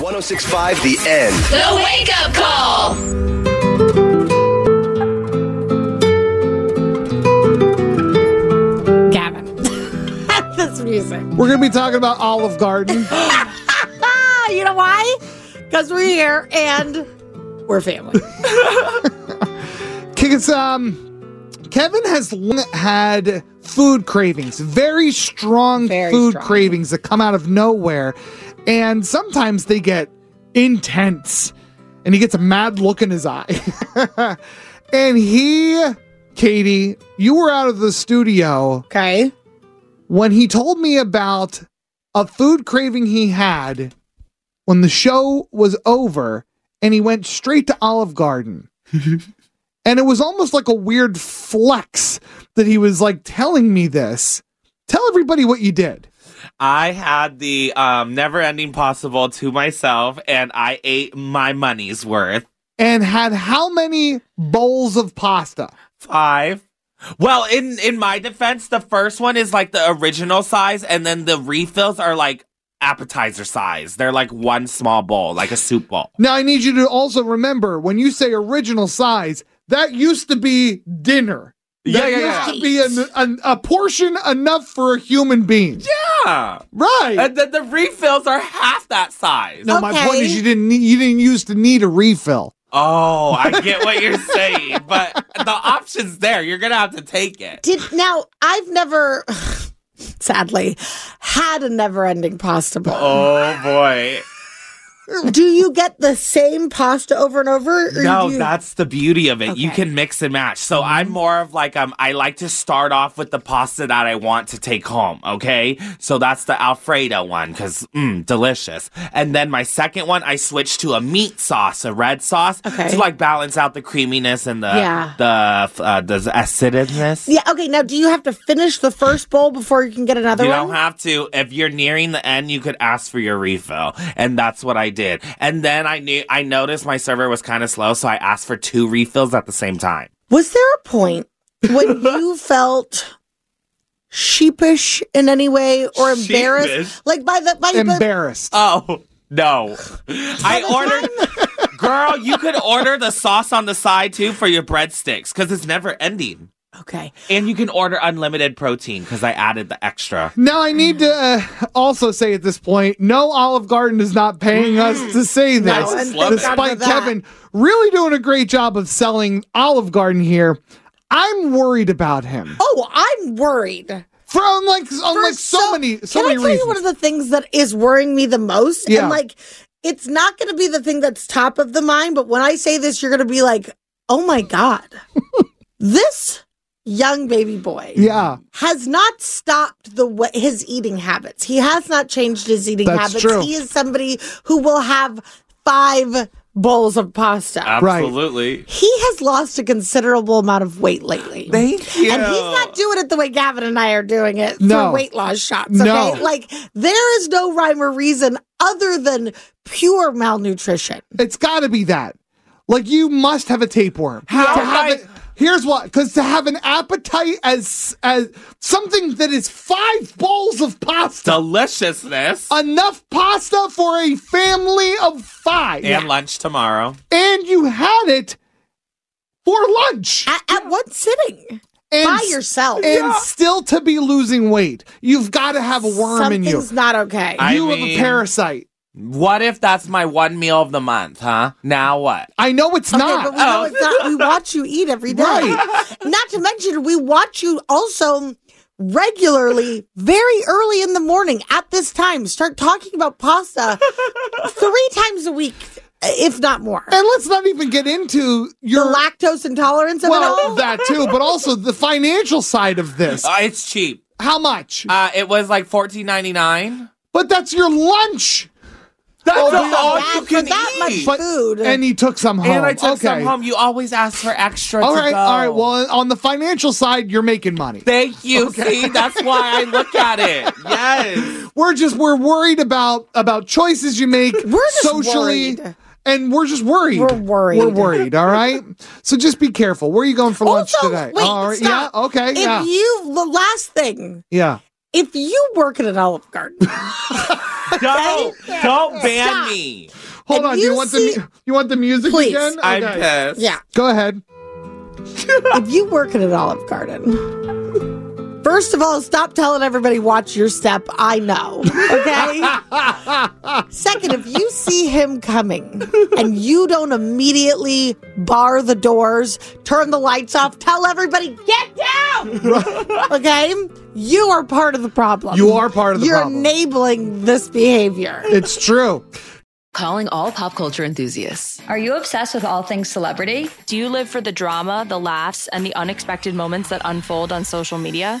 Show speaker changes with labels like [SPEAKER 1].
[SPEAKER 1] 1065 The End.
[SPEAKER 2] The Wake Up Call!
[SPEAKER 3] Gavin. this music.
[SPEAKER 4] We're going to be talking about Olive Garden.
[SPEAKER 3] Ah, you know why? Because we're here and we're family.
[SPEAKER 4] Because um, Kevin has long had food cravings, very strong
[SPEAKER 3] Very
[SPEAKER 4] food
[SPEAKER 3] strong.
[SPEAKER 4] cravings that come out of nowhere. And sometimes they get intense. And he gets a mad look in his eye. and he, Katie, you were out of the studio
[SPEAKER 3] Okay.
[SPEAKER 4] when he told me about a food craving he had when the show was over and he went straight to Olive Garden. and it was almost like a weird flex that he was like telling me this. Tell everybody what you did.
[SPEAKER 5] I had the um, never ending possible to myself and I ate my money's worth.
[SPEAKER 4] And had how many bowls of pasta?
[SPEAKER 5] Five. Well, in in my defense, the first one is like the original size and then the refills are like appetizer size. They're like one small bowl, like a soup bowl.
[SPEAKER 4] Now I need you to also remember when you say original size, that used to be dinner.
[SPEAKER 5] Yeah,
[SPEAKER 4] That
[SPEAKER 5] yeah, yeah.
[SPEAKER 4] used to be an, an, a portion enough for a human being.
[SPEAKER 5] Yeah.
[SPEAKER 4] Right.
[SPEAKER 5] And then the refills are half that size.
[SPEAKER 4] No, my point
[SPEAKER 3] Okay.
[SPEAKER 4] is you didn't need, you didn't used to need a refill.
[SPEAKER 5] Oh, I get what you're saying, but the option's there. You're going to have to take it.
[SPEAKER 3] Did now I've never sadly had a never ending pasta bowl.
[SPEAKER 5] Oh, boy.
[SPEAKER 3] Do you get the same pasta over and over? or
[SPEAKER 5] No,
[SPEAKER 3] do you-
[SPEAKER 5] that's the beauty of it.
[SPEAKER 3] Okay.
[SPEAKER 5] You
[SPEAKER 3] Mm-hmm.
[SPEAKER 5] can mix and match. So I'm more of like um, I like to start off with the pasta that I want to take home. Okay, so that's the Alfredo one because mm, delicious. And then my second one, I switch to a meat sauce, a red sauce,
[SPEAKER 3] Okay.
[SPEAKER 5] to like balance out the creaminess and the
[SPEAKER 3] Yeah.
[SPEAKER 5] the uh, the acidness.
[SPEAKER 3] Yeah, okay. Now, do you have to finish the first bowl before you can get another
[SPEAKER 5] You
[SPEAKER 3] one?
[SPEAKER 5] don't have to. If you're nearing the end, you could ask for your refill, and that's what I did. And then I knew I noticed my server was kind of slow, so I asked for two refills at the same time.
[SPEAKER 3] Was there a point when you felt sheepish in any way or embarrassed?
[SPEAKER 5] Sheepish?
[SPEAKER 3] Like by the by the
[SPEAKER 4] Embarrassed.
[SPEAKER 5] Oh no! I ordered, girl. You could order the sauce on the side too for your breadsticks because it's never ending,
[SPEAKER 3] Okay.
[SPEAKER 5] and you can order unlimited protein because I added the extra.
[SPEAKER 4] now I need to uh, also say at this point, no Olive Garden is not paying us to say this,
[SPEAKER 3] Mm-hmm. No, and thank God for
[SPEAKER 4] despite
[SPEAKER 3] that.
[SPEAKER 4] Kevin really doing a great job of selling Olive Garden here. I'm worried about him
[SPEAKER 3] Oh, I'm worried.
[SPEAKER 4] for unlike
[SPEAKER 3] For
[SPEAKER 4] unlike so, many so
[SPEAKER 3] can
[SPEAKER 4] many
[SPEAKER 3] I tell you
[SPEAKER 4] reasons.
[SPEAKER 3] one of the things that is worrying me the most?
[SPEAKER 4] Yeah.
[SPEAKER 3] And like, it's not going to be the thing that's top of the mind, but when I say this, you're going to be like, oh my God, this young baby boy
[SPEAKER 4] yeah,
[SPEAKER 3] has not stopped the wa- his eating habits. He has not changed his eating
[SPEAKER 4] That's
[SPEAKER 3] habits.
[SPEAKER 4] true.
[SPEAKER 3] He is somebody who will have five bowls of pasta.
[SPEAKER 5] Absolutely.
[SPEAKER 3] he has lost a considerable amount of weight lately.
[SPEAKER 5] Thank you.
[SPEAKER 3] And he's not doing it the way Gavin and I are doing it
[SPEAKER 4] No.
[SPEAKER 3] for weight loss shots. Okay.
[SPEAKER 4] No.
[SPEAKER 3] Like there is no rhyme or reason other than pure malnutrition.
[SPEAKER 4] it's got to be that. Like you must have a tapeworm.
[SPEAKER 5] How
[SPEAKER 4] to
[SPEAKER 5] am
[SPEAKER 4] have
[SPEAKER 5] I-
[SPEAKER 4] it- Here's what, because to have an appetite as as something that is five bowls of pasta.
[SPEAKER 5] deliciousness.
[SPEAKER 4] enough pasta for a family of five.
[SPEAKER 5] and lunch tomorrow.
[SPEAKER 4] And you had it for lunch.
[SPEAKER 3] At, at one sitting.
[SPEAKER 4] And,
[SPEAKER 3] by
[SPEAKER 4] s-
[SPEAKER 3] yourself.
[SPEAKER 4] And still to be losing weight. You've got to have a worm in you.
[SPEAKER 3] Something's not okay.
[SPEAKER 5] I
[SPEAKER 4] you have a
[SPEAKER 5] mean-
[SPEAKER 4] parasite.
[SPEAKER 5] What if that's my one meal of the month, huh? Now what?
[SPEAKER 4] I know it's
[SPEAKER 3] Okay,
[SPEAKER 4] not.
[SPEAKER 3] but we know it's not. We watch you eat every day.
[SPEAKER 4] Oh. Right.
[SPEAKER 3] Not to mention, we watch you also regularly, very early in the morning at this time, start talking about pasta three times a week, if not more.
[SPEAKER 4] and let's not even get into your
[SPEAKER 3] Lactose intolerance of it
[SPEAKER 4] well
[SPEAKER 3] all.
[SPEAKER 4] that too, but also the financial side of this.
[SPEAKER 5] Uh, it's cheap.
[SPEAKER 4] How much?
[SPEAKER 5] Uh, it was like fourteen ninety nine.
[SPEAKER 4] but that's your lunch.
[SPEAKER 5] That's
[SPEAKER 4] Oh,
[SPEAKER 5] the
[SPEAKER 4] we all
[SPEAKER 5] all
[SPEAKER 3] bad
[SPEAKER 5] you
[SPEAKER 3] for
[SPEAKER 5] can
[SPEAKER 3] that
[SPEAKER 5] eat.
[SPEAKER 3] much food.
[SPEAKER 4] And he took some home.
[SPEAKER 5] And I took
[SPEAKER 4] Oh, okay.
[SPEAKER 5] some home. You always ask for extra.
[SPEAKER 4] All
[SPEAKER 5] to
[SPEAKER 4] right,
[SPEAKER 5] go.
[SPEAKER 4] all right. Well, on the financial side, you're making money.
[SPEAKER 5] thank you. See, that's why I look at it. Yes.
[SPEAKER 4] We're just we're worried about about choices you make
[SPEAKER 3] We're just
[SPEAKER 4] socially.
[SPEAKER 3] worried.
[SPEAKER 4] And we're just worried.
[SPEAKER 3] We're worried.
[SPEAKER 4] We're worried. All right. so just be careful. Where are you going for lunch
[SPEAKER 3] also,
[SPEAKER 4] today?
[SPEAKER 3] wait,
[SPEAKER 4] all right.
[SPEAKER 3] stop.
[SPEAKER 4] Yeah. Okay.
[SPEAKER 3] If
[SPEAKER 4] yeah.
[SPEAKER 3] you the last thing,
[SPEAKER 4] yeah.
[SPEAKER 3] if you work at an Olive Garden,
[SPEAKER 5] Don't don't ban
[SPEAKER 3] Stop.
[SPEAKER 5] me.
[SPEAKER 4] Hold
[SPEAKER 3] if
[SPEAKER 4] on. Do
[SPEAKER 3] you
[SPEAKER 4] you want
[SPEAKER 3] see-
[SPEAKER 4] the mu- you want the music
[SPEAKER 3] Please.
[SPEAKER 4] again?
[SPEAKER 5] I'm
[SPEAKER 4] Okay.
[SPEAKER 5] pissed.
[SPEAKER 3] yeah,
[SPEAKER 4] Go ahead.
[SPEAKER 3] if you work at an Olive Garden. First of all, stop telling everybody watch your step. I know. Okay. Second, if you see him coming and you don't immediately bar the doors, turn the lights off, tell everybody, get down. okay? You are part of the problem.
[SPEAKER 4] You are part of the
[SPEAKER 3] You're
[SPEAKER 4] problem.
[SPEAKER 3] enabling this behavior.
[SPEAKER 4] It's true.
[SPEAKER 2] Calling all pop culture enthusiasts.
[SPEAKER 6] Are you obsessed with all things celebrity?
[SPEAKER 7] Do you live for the drama, the laughs, and the unexpected moments that unfold on social media?